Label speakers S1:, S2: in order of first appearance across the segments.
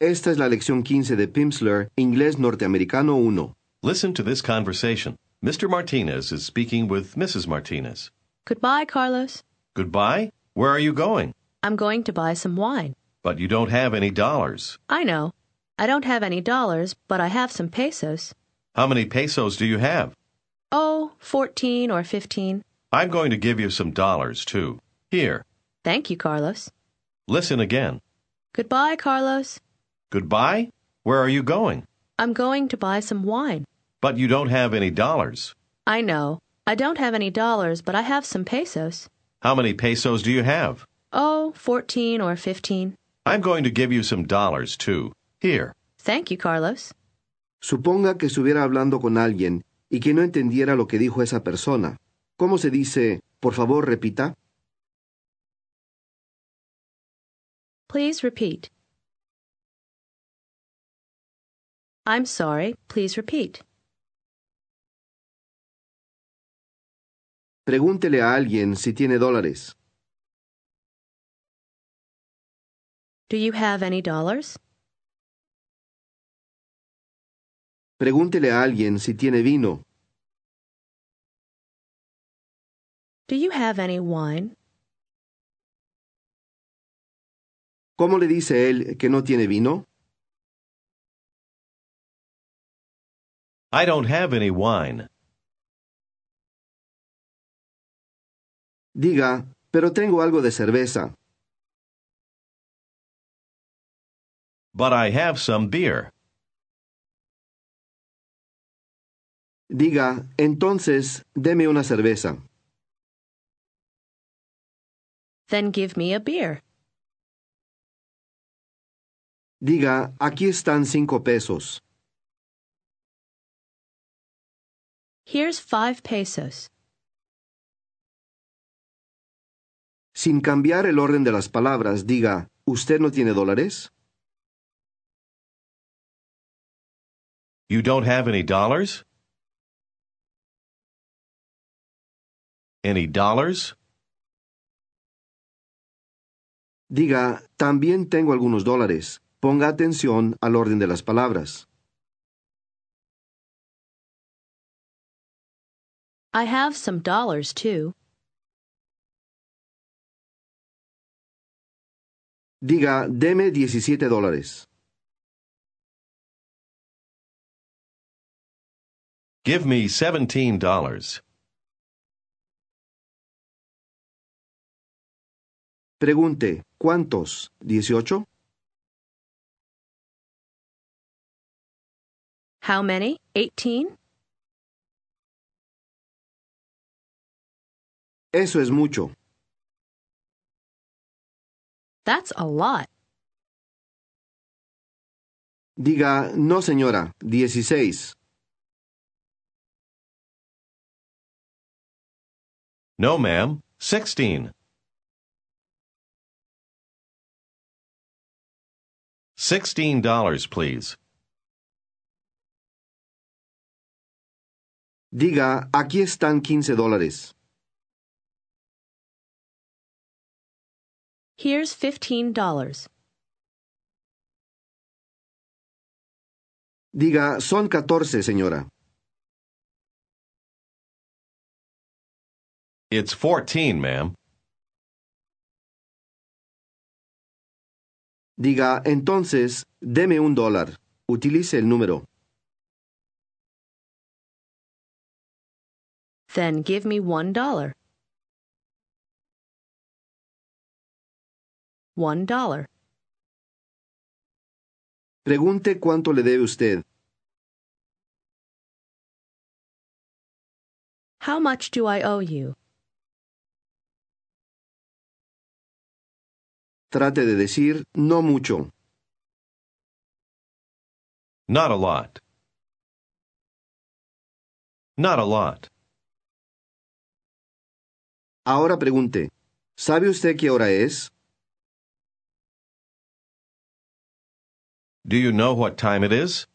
S1: Esta es la lección 15 de Pimsleur, Inglés Norteamericano 1.
S2: Listen to this conversation. Mr. Martinez is speaking with Mrs. Martinez.
S3: Goodbye, Carlos.
S2: Goodbye. Where are you going?
S3: I'm going to buy some wine.
S2: But you don't have any dollars.
S3: I know. I don't have any dollars, but I have some pesos.
S2: How many pesos do you have?
S3: Oh, fourteen or 15.
S2: I'm going to give you some dollars, too. Here.
S3: Thank you, Carlos.
S2: Listen again.
S3: Goodbye, Carlos.
S2: Goodbye. Where are you going?
S3: I'm going to buy some wine.
S2: But you don't have any dollars.
S3: I know. I don't have any dollars, but I have some pesos.
S2: How many pesos do you have?
S3: Oh, fourteen or 15.
S2: I'm going to give you some dollars, too. Here.
S3: Thank you, Carlos.
S1: Suponga que estuviera hablando con alguien y que no entendiera lo que dijo esa persona. ¿Cómo se dice, por favor, repita?
S3: Please repeat. I'm sorry. Please repeat.
S1: Pregúntele a alguien si tiene dólares.
S3: Do you have any dollars?
S1: Pregúntele a alguien si tiene vino.
S3: Do you have any wine?
S1: ¿Cómo le dice él que no tiene vino?
S2: I don't have any wine.
S1: Diga, pero tengo algo de cerveza.
S2: But I have some beer.
S1: Diga, entonces, deme una cerveza.
S3: Then give me a beer.
S1: Diga, aquí están cinco pesos.
S3: Here's five pesos.
S1: Sin cambiar el orden de las palabras, diga, ¿usted no tiene dólares?
S2: You don't have any dollars? Any dollars?
S1: Diga, también tengo algunos dólares. Ponga atención al orden de las palabras.
S3: I have some dollars, too.
S1: Diga, deme 17 dólares.
S2: Give me seventeen dollars.
S1: Pregunte, ¿cuántos? ¿18?
S3: How many? Eighteen?
S1: Eso es mucho.
S3: That's a lot.
S1: Diga, no señora, 16.
S2: No, ma'am. Sixteen. Sixteen dollars, please.
S1: Diga, aquí están 15 dólares.
S3: Here's fifteen dollars.
S1: Diga, son 14, señora.
S2: It's fourteen, ma'am.
S1: Diga, entonces, deme un dólar. Utilice el número.
S3: Then give me one dollar. One dollar.
S1: Pregunte cuánto le debe usted.
S3: How much do I owe you?
S1: Trate de decir, no mucho.
S2: Not a lot. Not a lot.
S1: Ahora pregunte, ¿sabe usted qué hora es?
S2: Do you know what time it is?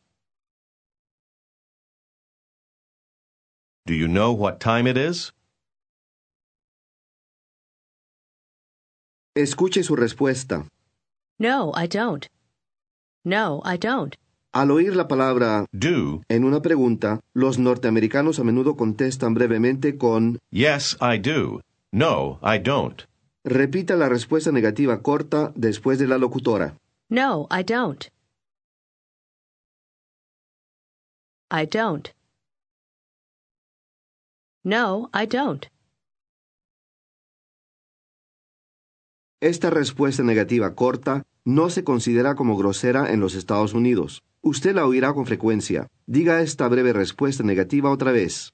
S2: Do you know what time it is?
S1: Escuche su respuesta.
S3: No, I don't. No, I don't.
S1: Al oír la palabra
S2: Do,
S1: en una pregunta, los norteamericanos a menudo contestan brevemente con
S2: yes, I do. No, I don't.
S1: repita la respuesta negativa corta después de la locutora.
S3: No, I don't. I don't. No, I don't.
S1: Esta respuesta negativa corta no se considera como grosera en los Estados Unidos. Usted la oirá con frecuencia. Diga esta breve respuesta negativa otra vez.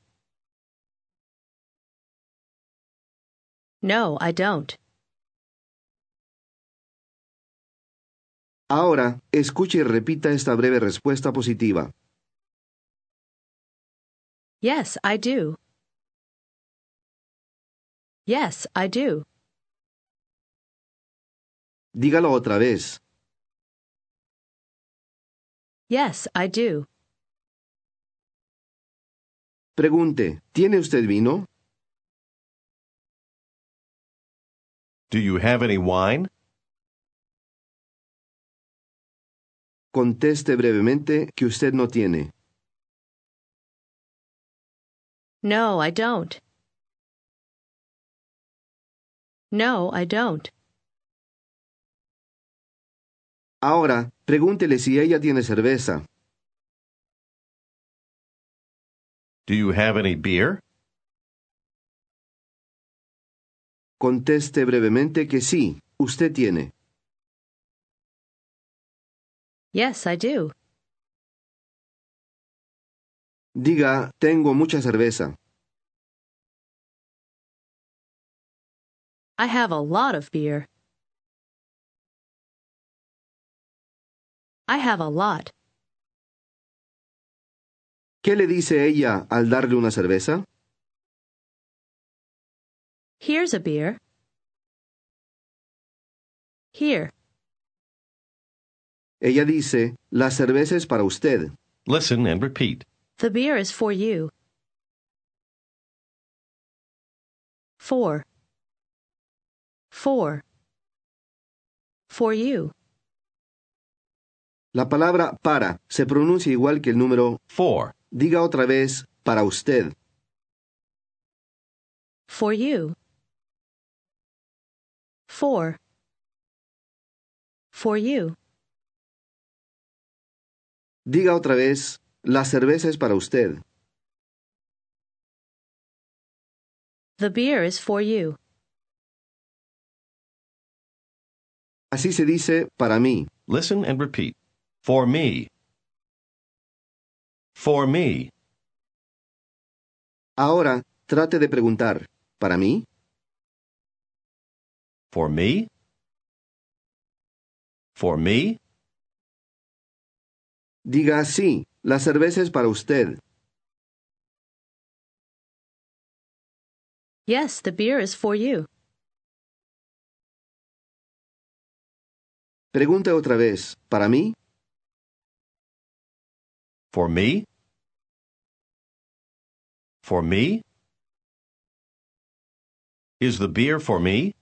S3: No, I don't.
S1: Ahora, escuche y repita esta breve respuesta positiva.
S3: Yes, I do. Yes, I do.
S1: Dígalo otra vez.
S3: Yes, I do.
S1: Pregunte, ¿tiene usted vino?
S2: Do you have any wine?
S1: Conteste brevemente que usted no tiene.
S3: No, I don't. No, I don't.
S1: Ahora, pregúntele si ella tiene cerveza.
S2: Do you have any beer?
S1: Conteste brevemente que sí, usted tiene.
S3: Yes, I do.
S1: Diga, tengo mucha cerveza.
S3: I have a lot of beer. I have a lot.
S1: ¿Qué le dice ella al darle una cerveza?
S3: Here's a beer. Here.
S1: Ella dice, la cerveza es para usted.
S2: Listen and repeat.
S3: The beer is for you. For. For. For you.
S1: La palabra para se pronuncia igual que el número.
S2: Four.
S1: Diga otra vez, para usted.
S3: For you. For. For you.
S1: Diga otra vez, la cerveza es para usted.
S3: The beer is for you.
S1: Así se dice para mí.
S2: Listen and repeat. For me. For me.
S1: Ahora, trate de preguntar, ¿para mí?
S2: For me? For me?
S1: Diga sí, la cerveza es para usted.
S3: Yes, the beer is for you.
S1: Pregunte otra vez, ¿para mí?
S2: For me? For me? Is the beer for me?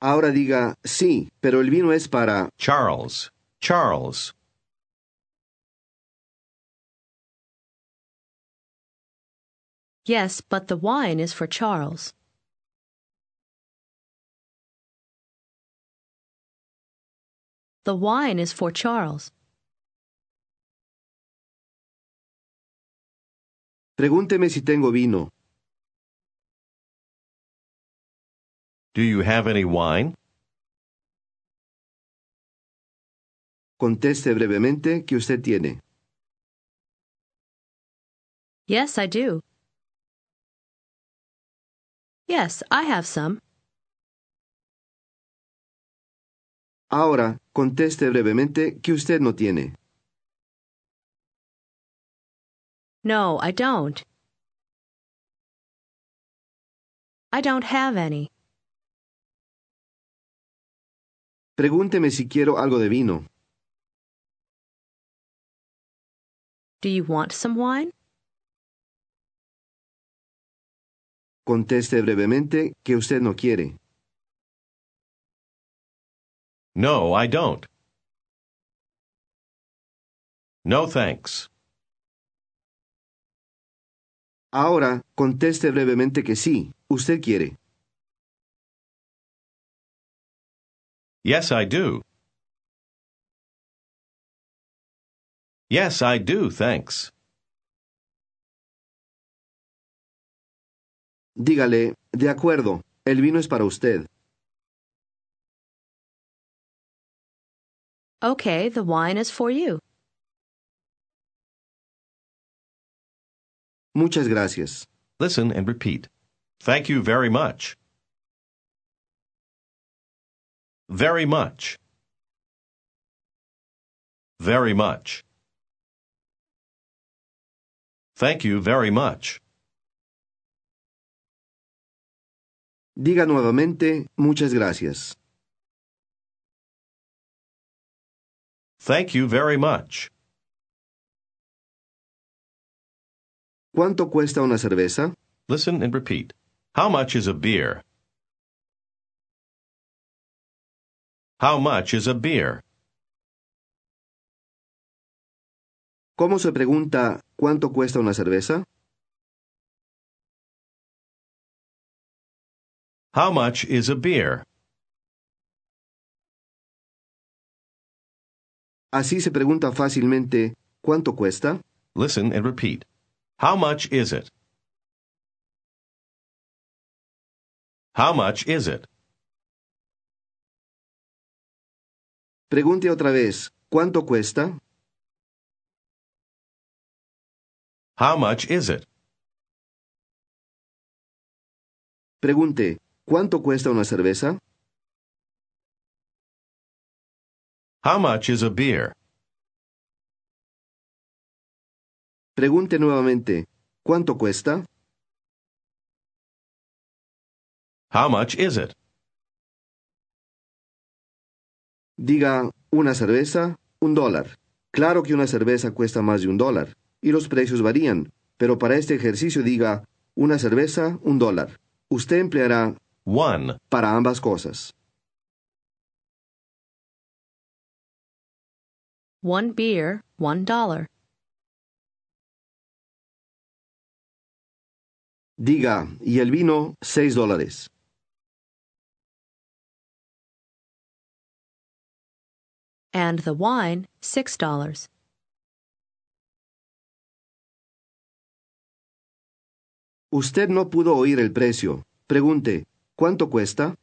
S1: Ahora diga sí, pero el vino es para...
S2: Charles. Charles.
S3: Yes, but the wine is for Charles. The wine is for Charles.
S1: Pregúnteme si tengo vino.
S2: Do you have any wine?
S1: Conteste brevemente que usted tiene.
S3: Yes, I do. Yes, I have some.
S1: Ahora, conteste brevemente que usted no tiene.
S3: No, I don't. I don't have any.
S1: Pregúnteme si quiero algo de vino.
S3: Do you want some wine?
S1: Conteste brevemente que usted no quiere.
S2: No, I don't. No, thanks.
S1: Ahora, conteste brevemente que sí, usted quiere.
S2: Yes, I do. Yes, I do, thanks.
S1: Dígale, de acuerdo, el vino es para usted.
S3: Okay, the wine is for you.
S1: Muchas gracias.
S2: Listen and repeat. Thank you very much. Very much. Very much. Thank you very much.
S1: Diga nuevamente, muchas gracias.
S2: Thank you very much.
S1: ¿Cuánto cuesta una cerveza?
S2: Listen and repeat. How much is a beer? How much is a beer?
S1: ¿Cómo se pregunta cuánto cuesta una cerveza?
S2: How much is a beer?
S1: Así se pregunta fácilmente, ¿cuánto cuesta?
S2: Listen and repeat. How much is it? How much is it?
S1: Pregunte otra vez, ¿cuánto cuesta?
S2: How much is it?
S1: Pregunte, ¿cuánto cuesta una cerveza?
S2: How much is a beer?
S1: Pregunte nuevamente, ¿cuánto cuesta?
S2: How much is it?
S1: Diga, una cerveza, un dólar. Claro que una cerveza cuesta más de un dólar, y los precios varían, pero para este ejercicio diga, una cerveza, un dólar. Usted empleará
S2: One.
S1: para ambas cosas.
S3: One beer, one dollar.
S1: Diga, y el vino, seis dólares.
S3: And the wine, six dollars.
S1: Usted no pudo oír el precio. Pregunte, ¿cuánto cuesta?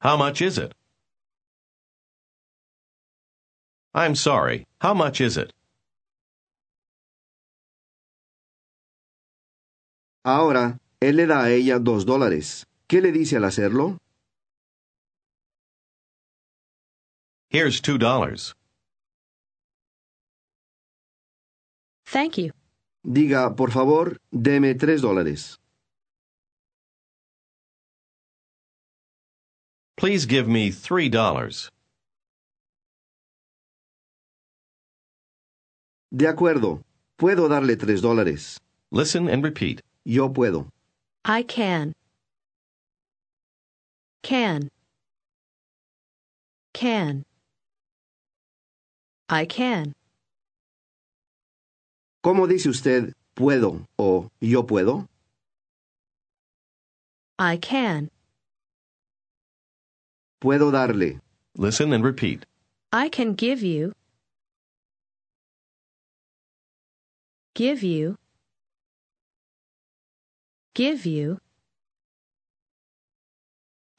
S2: How much is it? I'm sorry. How much is it?
S1: Ahora, él le da a ella dos dólares. ¿Qué le dice al hacerlo?
S2: Here's two dollars.
S3: Thank you.
S1: Diga, por favor, deme tres dólares.
S2: Please give me three dollars.
S1: De acuerdo, puedo darle tres dólares.
S2: Listen and repeat.
S1: Yo puedo.
S3: I can. Can. Can. I can.
S1: ¿Cómo dice usted puedo o yo puedo?
S3: I can.
S1: Puedo darle.
S2: Listen and repeat.
S3: I can give you. Give you. Give you.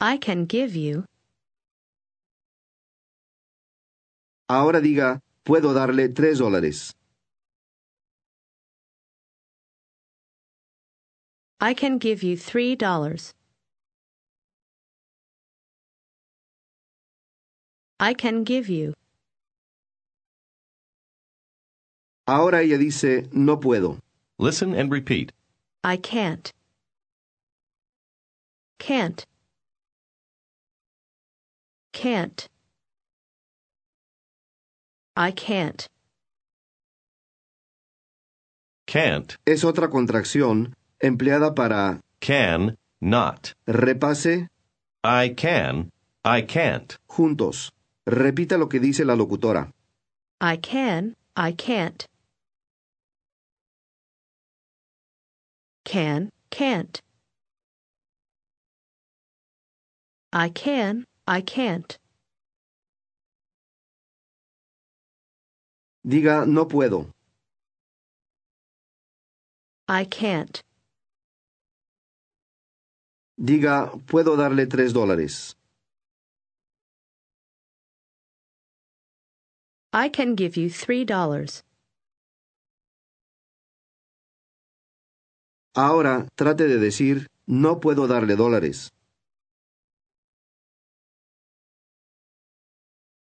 S3: I can give you.
S1: Ahora diga, puedo darle tres dólares.
S3: I can give you three dollars. I can give you.
S1: Ahora ella dice, no puedo.
S2: Listen and repeat.
S3: I can't. Can't. Can't. I can't.
S2: Can't.
S1: Es otra contracción empleada para
S2: Can. Not.
S1: repase,
S2: I can, I can't.
S1: Juntos. Repita lo que dice la locutora.
S3: I can, I can't. Can, can't. I can, I can't.
S1: Diga no puedo.
S3: I can't.
S1: Diga puedo darle tres dólares.
S3: I can give you three dollars.
S1: Ahora trate de decir no puedo darle dólares.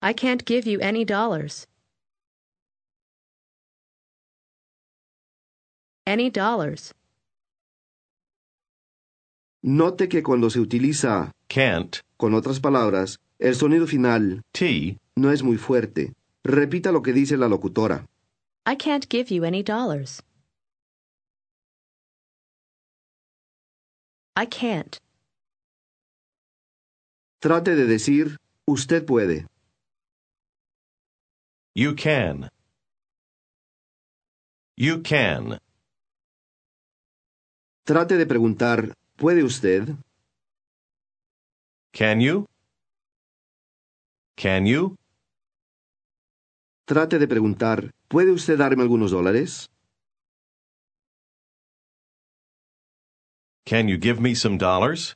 S3: I can't give you any dollars. Any dollars.
S1: Note que cuando se utiliza
S2: Can't,
S1: con otras palabras, el sonido final
S2: T,
S1: no es muy fuerte. Repita lo que dice la locutora.
S3: I can't give you any dollars. I can't.
S1: Trate de decir usted puede.
S2: you can. You can.
S1: Trate de preguntar ¿puede usted?
S2: Can you? Can you?
S1: Trate de preguntar ¿puede usted darme algunos dólares?
S2: Can you give me some dollars?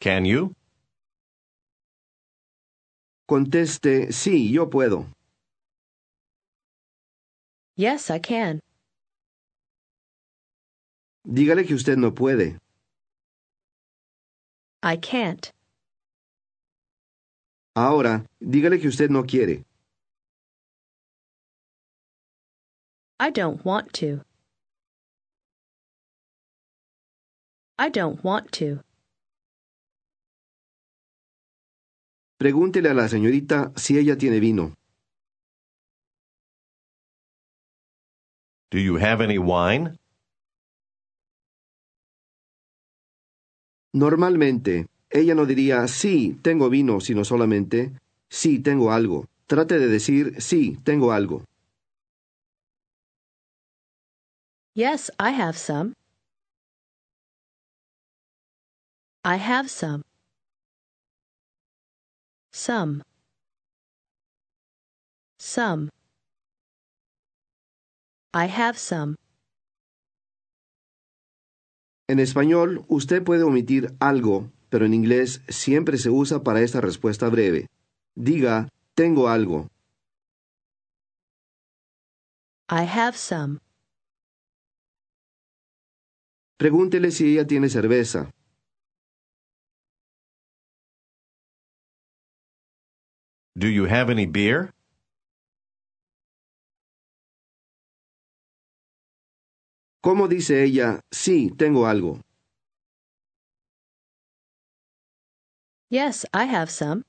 S2: Can you?
S1: Conteste sí, yo puedo.
S3: Yes, I can.
S1: Dígale que usted no puede.
S3: I can't.
S1: Ahora, dígale que usted no quiere.
S3: I don't want to. I don't want to.
S1: Pregúntele a la señorita si ella tiene vino.
S2: Do you have any wine?
S1: Normalmente, ella no diría sí, tengo vino, sino solamente sí, tengo algo. Trate de decir sí, tengo algo.
S3: Yes, I have some. I have some. Some. Some. I have some.
S1: En español, usted puede omitir algo, pero en inglés siempre se usa para esta respuesta breve. Diga, tengo algo.
S3: I have some.
S1: Pregúntele si ella tiene cerveza.
S2: Do you have any beer?
S1: ¿Cómo dice ella, sí, tengo algo?
S3: Yes, I have some.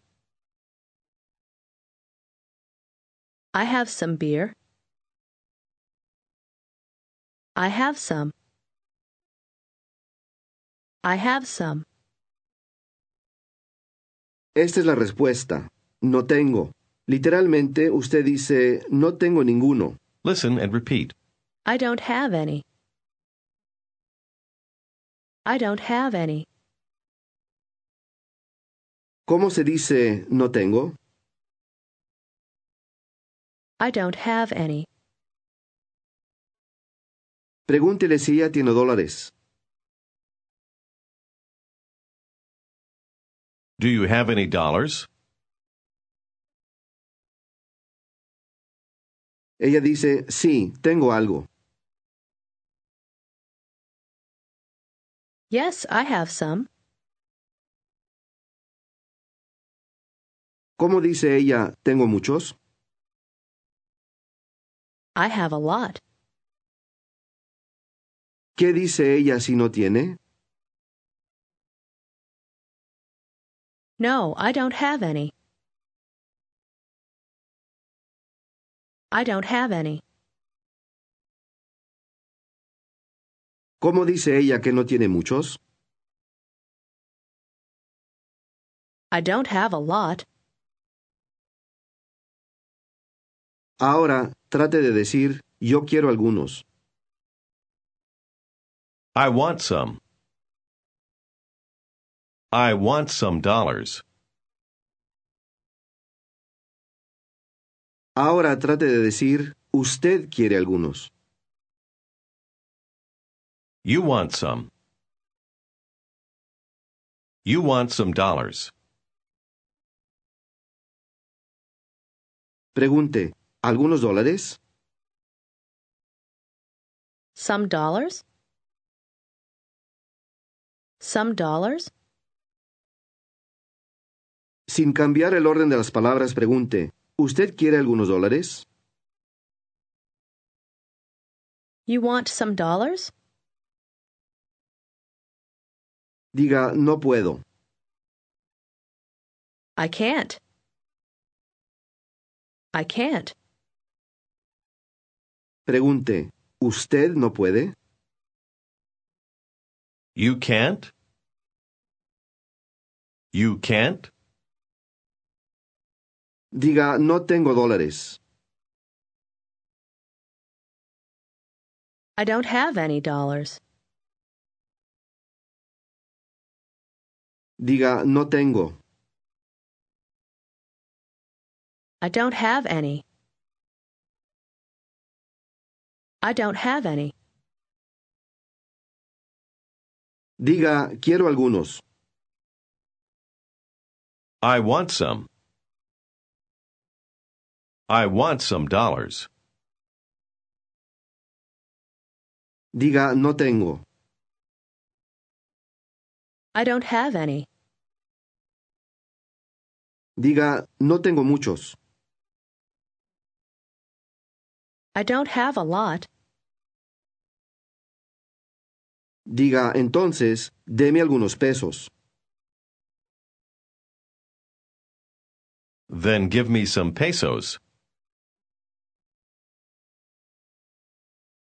S3: I have some beer. I have some. I have some.
S1: Esta es la respuesta. No tengo. Literalmente, usted dice, no tengo ninguno.
S2: Listen and repeat.
S3: I don't have any. I don't have any.
S1: ¿Cómo se dice, no tengo?
S3: I don't have any.
S1: Pregúntele si ella tiene dólares.
S2: Do you have any dollars?
S1: Ella dice, sí, tengo algo.
S3: Yes, I have some.
S1: ¿Cómo dice ella, tengo muchos?
S3: I have a lot.
S1: ¿Qué dice ella si no tiene?
S3: No, I don't have any. I don't have any.
S1: ¿Cómo dice ella que no tiene muchos?
S3: I don't have a lot.
S1: Ahora trate de decir yo quiero algunos.
S2: I want some. I want some dollars.
S1: Ahora trate de decir usted quiere algunos.
S2: You want some. You want some dollars.
S1: Pregunte, ¿algunos dólares?
S3: Some dollars? Some dollars?
S1: Sin cambiar el orden de las palabras, pregunte, ¿usted quiere algunos dólares?
S3: You want some dollars?
S1: Diga, no puedo.
S3: I can't. I can't.
S1: Pregunte, ¿usted no puede?
S2: You can't? You can't?
S1: Diga, no tengo dólares.
S3: I don't have any dollars.
S1: Diga, no tengo.
S3: I don't have any. I don't have any.
S1: Diga, quiero algunos.
S2: I want some. I want some dollars.
S1: Diga, no tengo.
S3: I don't have any.
S1: Diga, no tengo muchos.
S3: I don't have a lot.
S1: Diga, entonces, deme algunos pesos.
S2: Then give me some pesos.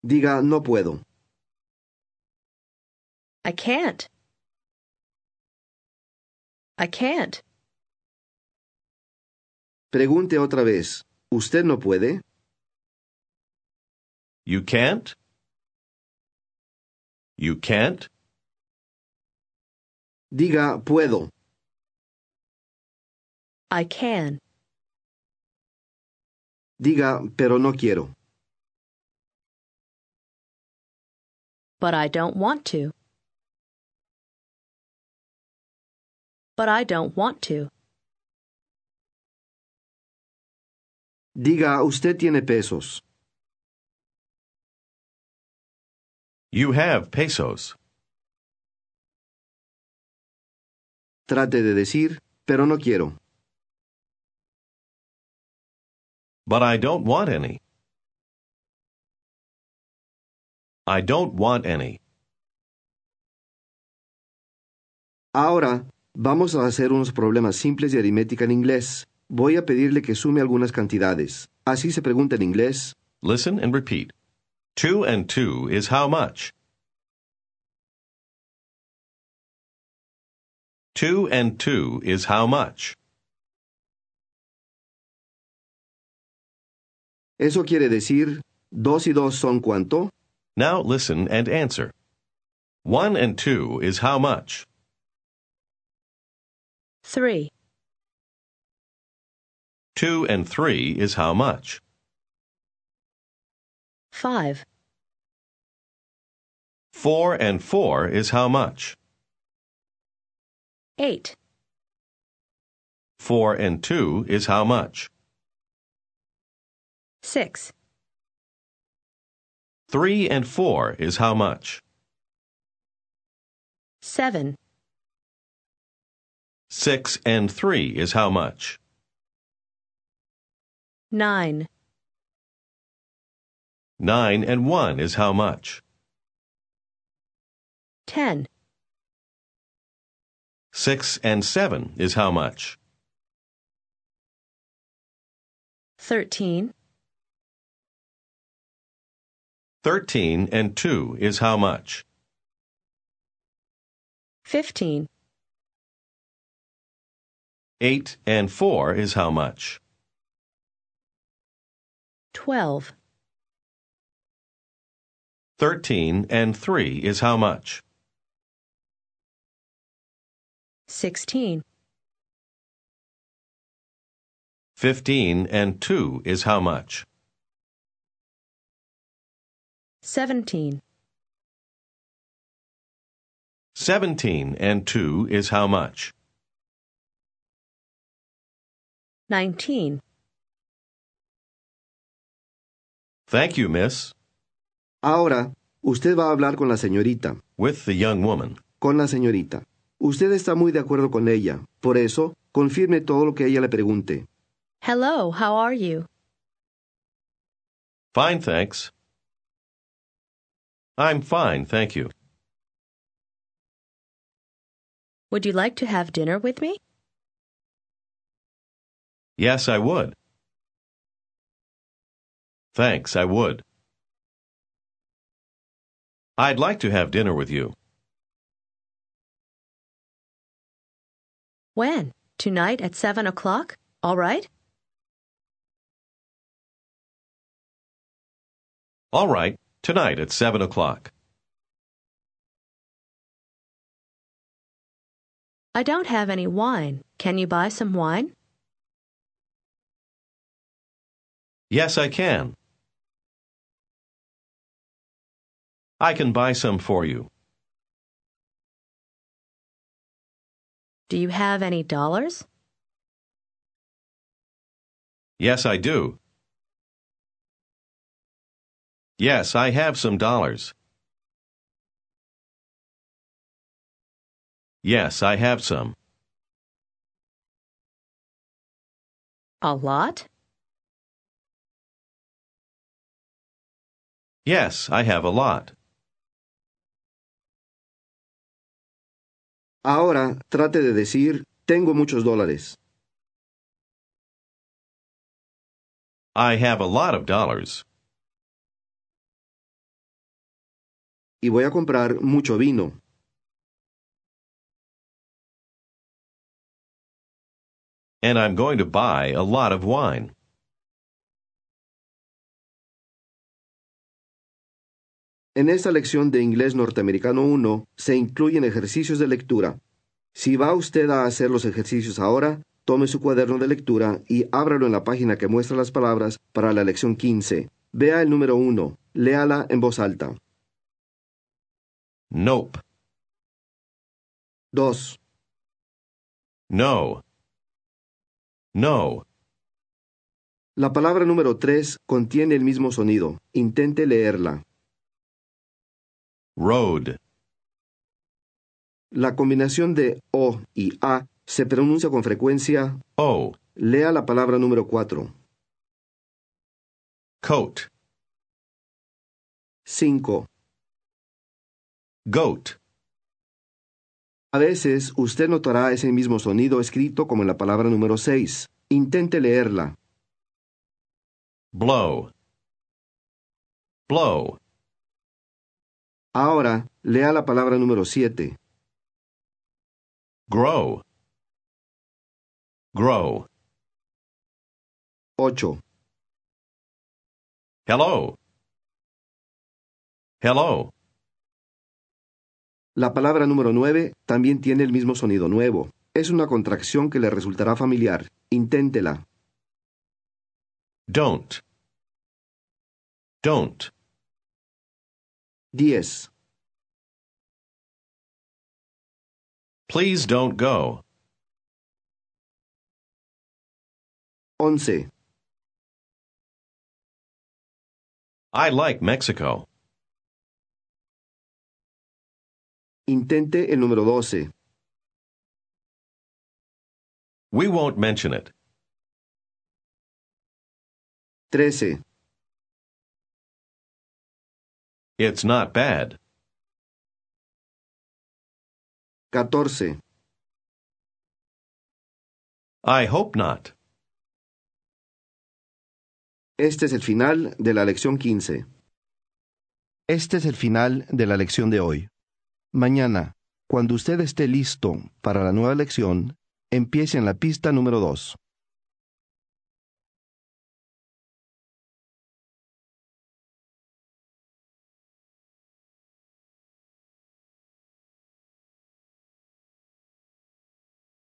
S1: Diga, no puedo.
S3: I can't. I can't.
S1: Pregunte otra vez, ¿usted no puede?
S2: You can't? You can't?
S1: Diga, puedo.
S3: I can.
S1: Diga, pero no quiero.
S3: But I don't want to. But I don't want to.
S1: Diga, usted tiene pesos.
S2: You have pesos.
S1: Trate de decir, pero no quiero.
S2: But I don't want any. I don't want any.
S1: Ahora, vamos a hacer unos problemas simples de aritmética en inglés. Voy a pedirle que sume algunas cantidades. Así se pregunta en inglés.
S2: Listen and repeat. Two and two is how much? Two and two is how much?
S1: Eso quiere decir, dos y dos son cuánto?
S2: Now listen and answer. One and two is how much?
S3: Three.
S2: Two and three is how much?
S3: Five.
S2: Four and four is how much?
S3: Eight.
S2: Four and two is how much?
S3: Six.
S2: Three and four is how much?
S3: Seven.
S2: Six and three is how much?
S3: Nine.
S2: Nine and one is how much?
S3: Ten.
S2: Six and seven is how much?
S3: Thirteen.
S2: Thirteen and two is how much?
S3: 15.
S2: 8 and 4 is how much?
S3: 12.
S2: 13 and 3 is how much?
S3: 16.
S2: 15 and 2 is how much?
S3: 17.
S2: 17 and 2 is how much?
S3: 19.
S2: Thank you, miss.
S1: Ahora, usted va a hablar con la señorita.
S2: With the young woman.
S1: Con la señorita. Usted está muy de acuerdo con ella. Por eso, confirme todo lo que ella le pregunte.
S3: Hello, how are you?
S2: Fine, thanks. I'm fine, thank you.
S3: Would you like to have dinner with me?
S2: Yes, I would. Thanks, I would. I'd like to have dinner with you.
S3: When? Tonight at 7 o'clock? All right?
S2: All right, tonight at 7 o'clock.
S3: I don't have any wine. Can you buy some wine?
S2: Yes, I can. I can buy some for you.
S3: Do you have any dollars?
S2: Yes, I do. Yes, I have some dollars. Yes, I have some.
S3: A lot?
S2: Yes, I have a lot.
S1: Ahora, trate de decir, tengo muchos dólares.
S2: I have a lot of dollars.
S1: Y voy a comprar mucho vino.
S2: And I'm going to buy a lot of wine.
S1: En esta lección de inglés norteamericano 1 se incluyen ejercicios de lectura. Si va usted a hacer los ejercicios ahora, tome su cuaderno de lectura y ábralo en la página que muestra las palabras para la lección 15. Vea el número 1, léala en voz alta.
S2: Nope.
S1: 2,
S2: No. No.
S1: La palabra número 3 contiene el mismo sonido. Intente leerla.
S2: Road.
S1: La combinación de O y A se pronuncia con frecuencia.
S2: Oh.
S1: Lea la palabra número 4.
S2: Coat.
S1: 5.
S2: Goat.
S1: A veces usted notará ese mismo sonido escrito como en la palabra número 6. Intente leerla.
S2: Blow. Blow.
S1: Ahora, lea la palabra número 7.
S2: Grow. Grow.
S1: 8.
S2: Hello. Hello.
S1: La palabra número 9 también tiene el mismo sonido nuevo. Es una contracción que le resultará familiar. Inténtela.
S2: Don't. Don't.
S1: 10.
S2: Please don't go.
S1: 11.
S2: I like Mexico.
S1: Intente el número 12.
S2: We won't mention it.
S1: 13.
S2: It's not bad.
S1: 14.
S2: I hope not.
S1: Este es el final de la lección 15. Este es el final de la lección de hoy. Mañana, Cuando usted esté listo para la nueva lección, empiece en la pista número 2.